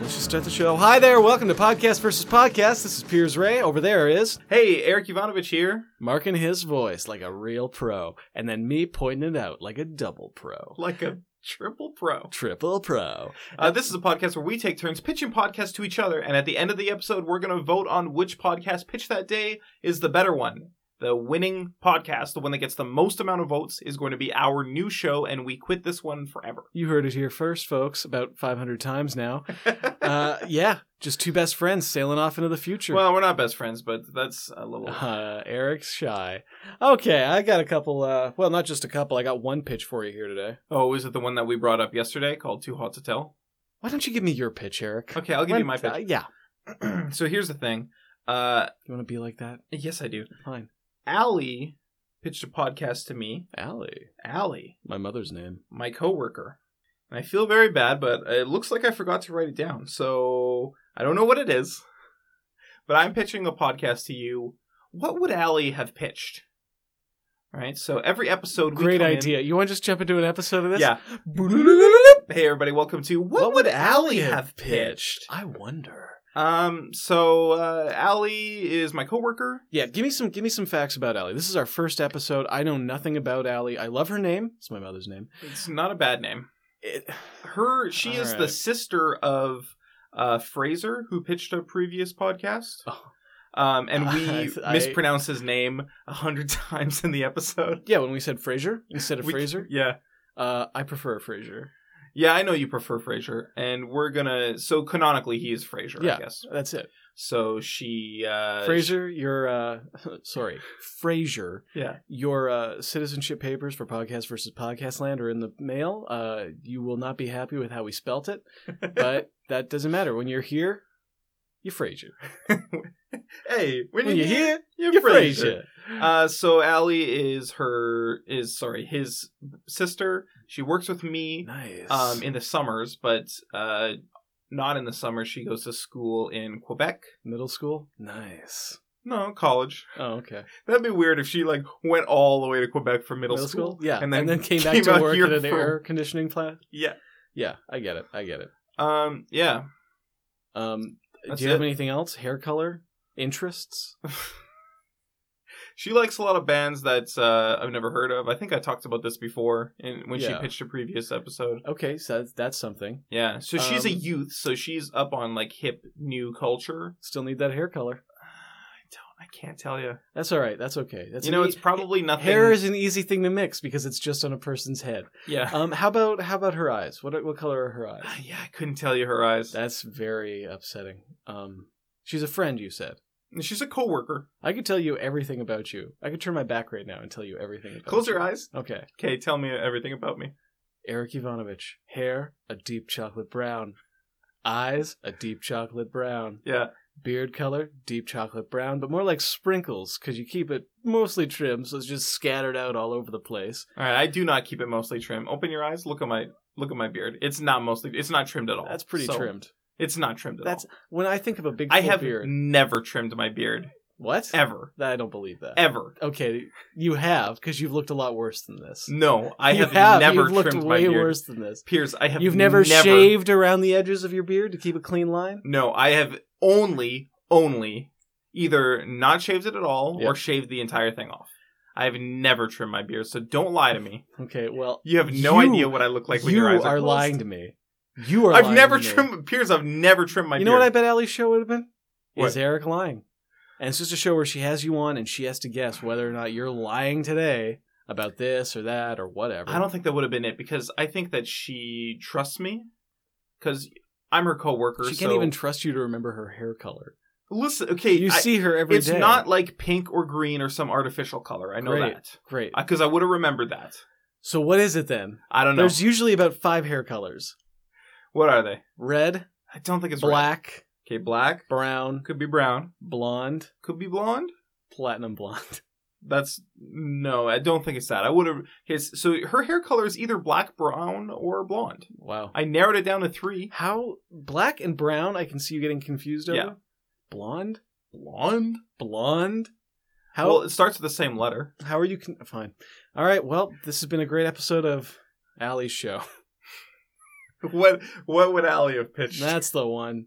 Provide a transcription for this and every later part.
Let's just start the show. Hi there. Welcome to Podcast versus Podcast. This is Piers Ray. Over there is Hey, Eric Ivanovich here, marking his voice like a real pro, and then me pointing it out like a double pro. like a triple pro. Triple pro. Uh, this is a podcast where we take turns pitching podcasts to each other, and at the end of the episode, we're going to vote on which podcast pitch that day is the better one. The winning podcast, the one that gets the most amount of votes, is going to be our new show, and we quit this one forever. You heard it here first, folks, about 500 times now. Uh, yeah, just two best friends sailing off into the future. Well, we're not best friends, but that's a little. Uh, Eric's shy. Okay, I got a couple. Uh, well, not just a couple. I got one pitch for you here today. Oh, is it the one that we brought up yesterday called Too Hot to Tell? Why don't you give me your pitch, Eric? Okay, I'll give you my Why- uh, pitch. yeah. so here's the thing. Uh, You want to be like that? yes, I do. Fine. Allie pitched a podcast to me. Allie, Allie. my mother's name. my coworker. And I feel very bad, but it looks like I forgot to write it down. So I don't know what it is. But I'm pitching a podcast to you. What would Allie have pitched? All right. So every episode, we Great come in- idea. You want to just jump into an episode of this? Yeah. Hey everybody, welcome to What, What Would Would Allie Allie Have Have Pitched? I wonder. Um. So uh, Allie is my coworker. Yeah, give me some give me some facts about Allie. This is our first episode. I know nothing about Allie. I love her name. It's my mother's name. It's not a bad name. It, Her. She is the Alright. sister of uh, Fraser, who pitched a previous podcast. oh. Um, and we I th- I- mispronounce his name a hundred times in the episode. Yeah, when we said Frasier instead of We- Fraser, Yeah. uh, I prefer Frasier. Yeah, I know you prefer Frasier, and we're gonna so canonically he is Frasier, Yeah. I guess. That's it. So she uh Frasier, your uh, sorry, Frasier, Yeah. your uh, citizenship papers for Podcast versus Podcast Land are in the mail. Uh, you will not be happy with how we spelt it, but that doesn't matter. When you're here, you're Frasier. Hey, when, When you you're hear here, you're, you're Frasier. Frasier. Uh so Allie is her is sorry, his sister. She works with me Nice. um in the summers, but uh not in the summer. She goes to school in Quebec. Middle school. Nice. No, college. Oh, okay. That'd be weird if she like went all the way to Quebec for middle, school. Yeah, and then, came back to out work here at an for- air conditioning plant. Yeah. Yeah, I get it. I get it. Um. Yeah. Um, That's do you have it. anything else? Hair color, interests. She likes a lot of bands that uh, I've never heard of. I think I talked about this before in, when Yeah. she pitched a previous episode. Okay, so that's, that's something. Yeah. So she's a Um, youth, so she's up on like hip new culture. Still need that hair color. I don't. I can't tell you. That's all right. That's okay. That's you an know, e- it's probably nothing. hair is an easy thing to mix because it's just on a person's head. yeah. Um, how about how about her eyes? What are- what color are her eyes? yeah. I couldn't tell you her eyes. That's very upsetting. Um, she's a friend. You said She's a coworker. I could tell you everything about you. I could turn my back right now and tell you everything. about Close you. your eyes. Okay. Okay. Tell me everything about me. Eric Ivanovich. Hair, a deep chocolate brown. Eyes, a deep chocolate brown. Yeah. Beard color, deep chocolate brown, but more like sprinkles, because you keep it mostly trimmed, so it's just scattered out all over the place. All right, I do not keep it mostly trim. Open your eyes. Look at my look at my beard. It's not mostly. It's not trimmed at all. That's pretty So, trimmed. It's not trimmed at That's all. when I think of a big I full have beard. never trimmed my beard What? ever, I don't believe that. ever. Okay, you have, because you've looked a lot worse than this. No, I You have, never You've looked trimmed way my beard. worse than this. Piers, I have. You've never, shaved around the edges of your beard to keep a clean line. No, I have only only either not shaved it at all Yeah. or shaved the entire thing off. I have never trimmed my beard, so don't lie to me. Okay, well, You have no You- idea what I look like when you your eyes are, are, closed. lying to me. You are. I've lying never to me. trimmed Piers. I've never trimmed my you beard. know what I bet Allie's show would have been? Is What? Eric lying? And it's just a show where she has you on and she has to guess whether or not you're lying today about this or that or whatever. I don't think that would have been it because I think that she trusts me because I'm her coworker. She can't so- even trust you to remember her hair color. listen. Okay, You I- see her every day. it's not like pink or green or some artificial color. I know Great. that great. because I would have remembered that. So what is it then? I don't know. There's usually about five hair colors: What are they? red, I don't think it's red. black, Okay, black brown, could be brown, blonde, could be blonde. platinum blonde. That's no, I don't think it's that. I would have. His, so her hair color is either black, brown, or blonde. Wow. I narrowed it down to three. How black and brown? I can see you getting confused over. Yeah. Blonde, Blonde. blonde. How Well, it starts with the same letter. How are you? Con- Fine. All right. Well, this has been a great episode of Allie's show. What what would Allie have pitched? That's the one.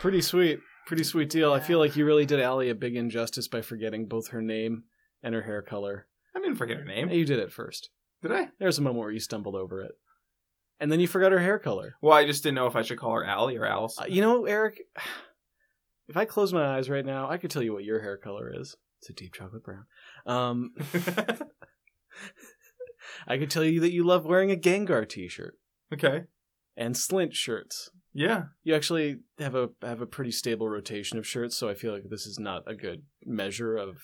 Pretty sweet. Pretty sweet deal. I feel like you really did Allie a big injustice by forgetting both her name and her hair color. I didn't forget her name. You did it first. Did I? There's a moment where you stumbled over it. And then you forgot her hair color. Well, I just didn't know if I should call her Allie or Alice. Uh, you know, Eric, if I close my eyes right now, I could tell you what your hair color is. It's a deep chocolate brown. Um, I could tell you that you love wearing a Gengar t-shirt okay. and Slint shirts. Yeah. You actually have a have a pretty stable rotation of shirts, so I feel like this is not a good measure of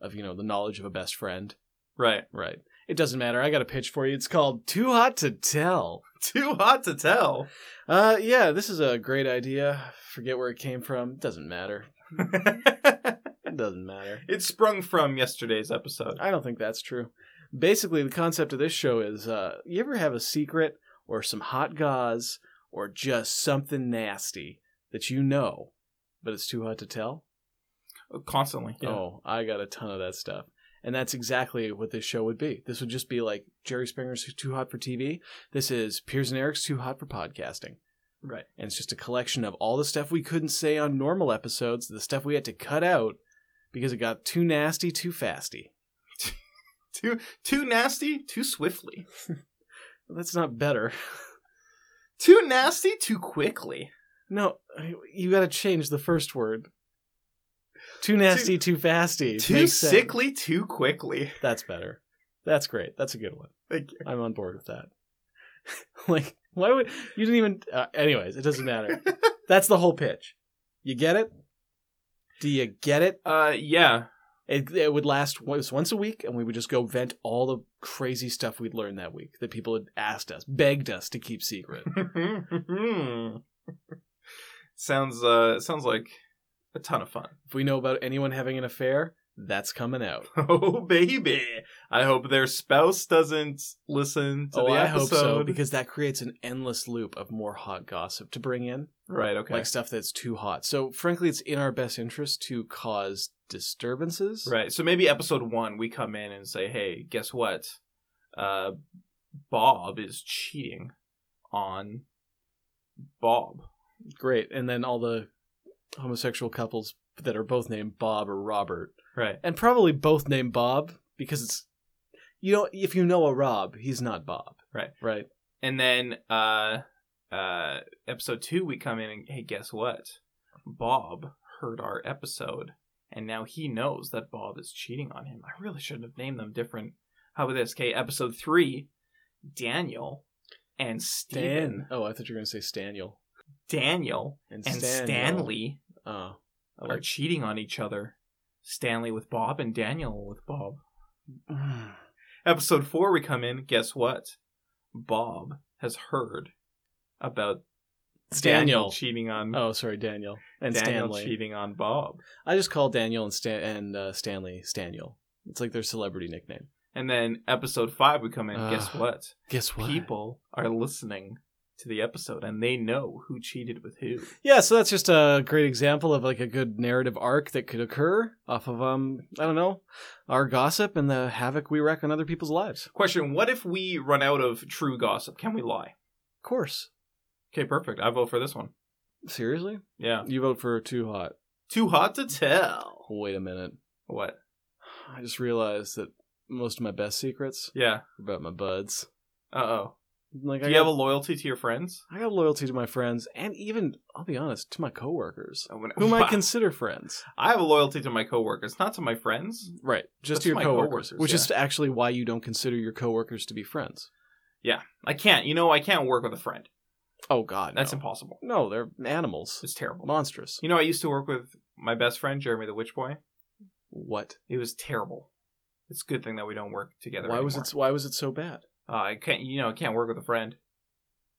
of you know the knowledge of a best friend. Right. Right. It doesn't matter. I got a pitch for you. It's called Too Hot to Tell. Too hot to tell. Uh yeah, this is a great idea. Forget where it came from. Doesn't matter. It doesn't matter. it sprung from yesterday's episode. I don't think that's true. Basically, the concept of this show is uh, you ever have a secret or some hot gauze or just something nasty that you know, but it's too hot to tell? Constantly. Yeah. Oh, I got a ton of that stuff. And that's exactly what this show would be. This would just be like Jerry Springer's Too Hot for TV. This is Piers and Eric's Too Hot for Podcasting. Right. And it's just a collection of all the stuff we couldn't say on normal episodes, the stuff we had to cut out because it got too nasty, too fasty. Too too nasty, too swiftly. That's not better. Too nasty, too quickly. No, you got to change the first word. Too nasty, too, fasty. Too Makes sense. sickly, too quickly. That's better. That's great. That's a good one. Thank you. I'm on board with that. like, why would you didn't even? Uh, anyways, it doesn't matter. That's the whole pitch. You get it? Do you get it? Uh, yeah. It, it would last once, once a week, and we would just go vent all the crazy stuff we'd learned that week that people had asked us, begged us to keep secret. sounds uh sounds like a ton of fun. if we know about anyone having an affair, that's coming out. Oh baby. I hope their spouse doesn't listen to oh, the I episode. hope so because that creates an endless loop of more hot gossip to bring in, right, okay. like stuff that's too hot. So, frankly, it's in our best interest to cause disturbances. Right. So maybe episode one, we come in and say, "Hey, guess what? Uh, Bob is cheating on Bob." Great, and then all the homosexual couples that are both named Bob or Robert, Right. and probably both named Bob because it's you know if you know a Rob, he's not Bob. Right. Right. And then uh, uh, episode two, we come in and hey, guess what? Bob heard our episode, and now he knows that Bob is cheating on him. I really shouldn't have named them different. How about this? Okay, episode three, Daniel and Dan. Steven. Oh, I thought you were going to say Staniel Daniel and Staniel. Stanley. Oh, I are like cheating on each other. Stanley with Bob and Daniel with Bob. Episode 4, we come in. Guess what? Bob has heard about Daniel Staniel. cheating on Oh, sorry, Daniel and Daniel Stanley. cheating on Bob. I just call Daniel and Stan and uh, Stanley Staniel. It's like their celebrity nickname. And then episode 5, we come in. guess Ugh, what? Guess what? People are listening to the episode and they know who cheated with who. Yeah, so that's just a great example of like a good narrative arc that could occur off of um I don't know our gossip and the havoc we wreck on other people's lives. Question What if we run out of true gossip? Can we lie? Of course. Okay, perfect. I vote for this one. Seriously, Yeah. you vote for too hot. Too hot to tell. Wait a minute. What? I just realized that most of my best secrets Yeah. are about my buds. Uh oh. Like Do I you got, have a loyalty to your friends? I got loyalty to my friends and even I'll be honest to my coworkers, I wouldn't- whom I Wow. consider friends. I have a loyalty to my coworkers, not to my friends. Right. Just That's to your my coworkers, coworkers, which is actually why you don't consider your coworkers to be friends. I can't. You know, I can't work with a friend. Oh God, That's no. impossible. No, they're animals, It's terrible. monstrous. You know, I used to work with my best friend Jeremy the Witch Boy. What? It was terrible. It's a good thing that we don't work together. Why was anymore. it? Why was it so bad? Uh, I can't. You know, I can't work with a friend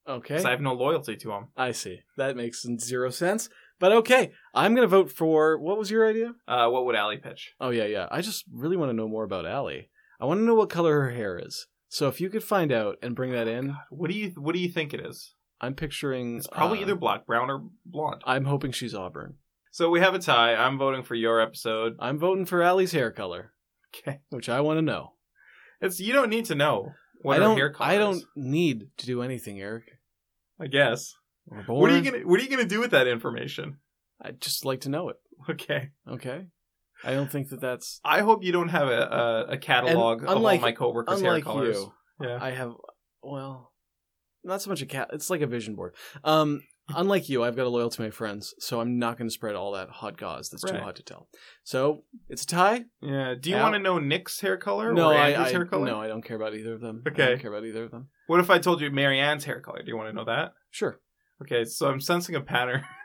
Okay, 'cause I have no loyalty to him. I see. That makes zero sense. But okay, I'm gonna vote for. What was your idea? Uh, what would Allie pitch? Oh yeah, yeah. I just really want to know more about Allie. I want to know what color her hair is. So if you could find out and bring that in, What do you What do you think it is? I'm picturing. Oh, It's probably uh, either black, brown, or blonde. I'm hoping she's auburn. So we have a tie. I'm voting for your episode. I'm voting for Allie's hair color, Okay. which I want to know. It's you don't need to know. What I are don't. hair colors? I don't need to do anything, Eric. I guess. We're born. What are you gonna What are you gonna do with that information? I'd just like to know it. Okay. Okay. I don't think that that's I hope you don't have a a, a catalog And of all unlike- my coworkers' hair unlike colors. you. Yeah. I have. Well, not so much a cat. It's like a vision board. Um, unlike you, I've got a loyal to my friends, so I'm not going to spread all that hot gauze. That's too Right. hot to tell. So it's a tie. Yeah. Do you Al- want to know Nick's hair color no, or I, Andrew's I- hair color? no, I don't care about either of them. I Okay. don't care about either of them. What if I told you Marianne's hair color? Do you want to know that? Sure. Okay, so I'm sensing a pattern.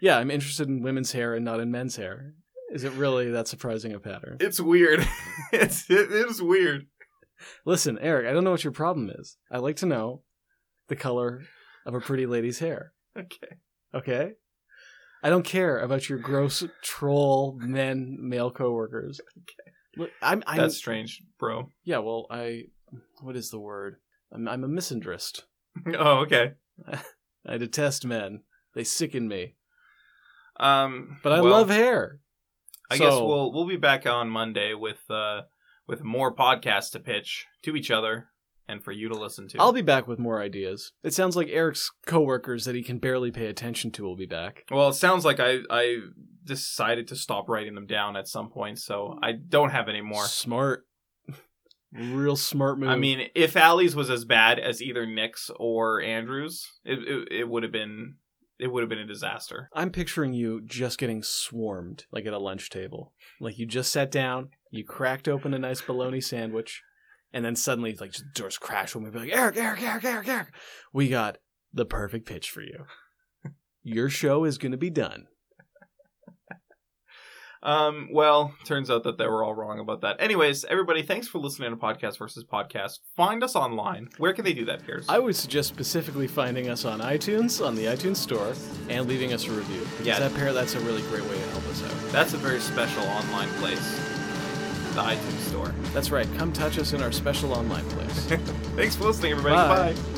Yeah, I'm interested in women's hair and not in men's hair. Is it really that surprising a pattern? It's weird. it's it is weird. Listen, Eric, I don't know what your problem is. I like to know the color of a pretty lady's hair. Okay. Okay? I don't care about your gross troll men male coworkers. Look, I'm, I'm That's strange, bro. yeah, well, I what is the word? I'm, I'm a misandrist. oh, okay. I detest men. They sicken me. Um But I well, love hair. I So- guess we'll we'll be back on Monday with uh with more podcasts to pitch to each other and for you to listen to. I'll be back with more ideas. It sounds like Eric's coworkers that he can barely pay attention to will be back. Well, it sounds like I I decided to stop writing them down at some point, so I don't have any more. Smart. Real smart move. I mean, if Allie's was as bad as either Nick's or Andrew's, it it, it would have been it would have been a disaster. I'm picturing you just getting swarmed, like at a lunch table. Like you just sat down, you cracked open a nice bologna sandwich, and then suddenly, like, just doors crash when we be like, Eric, Eric, Eric, Eric, Eric. We got the perfect pitch for you. Your show is going to be done. Um, well, turns out that they were all wrong about that. Anyways, everybody, thanks for listening to Podcast versus Podcast. Find us online. Where can they do that, Piers? I would suggest specifically finding us on iTunes, on the iTunes store, and leaving us a review. Because Yeah. that pair, that's a really great way to help us out. That's a very special online place, the iTunes Store. That's right. Come touch us in our special online place. Thanks for listening, everybody. Bye. Bye.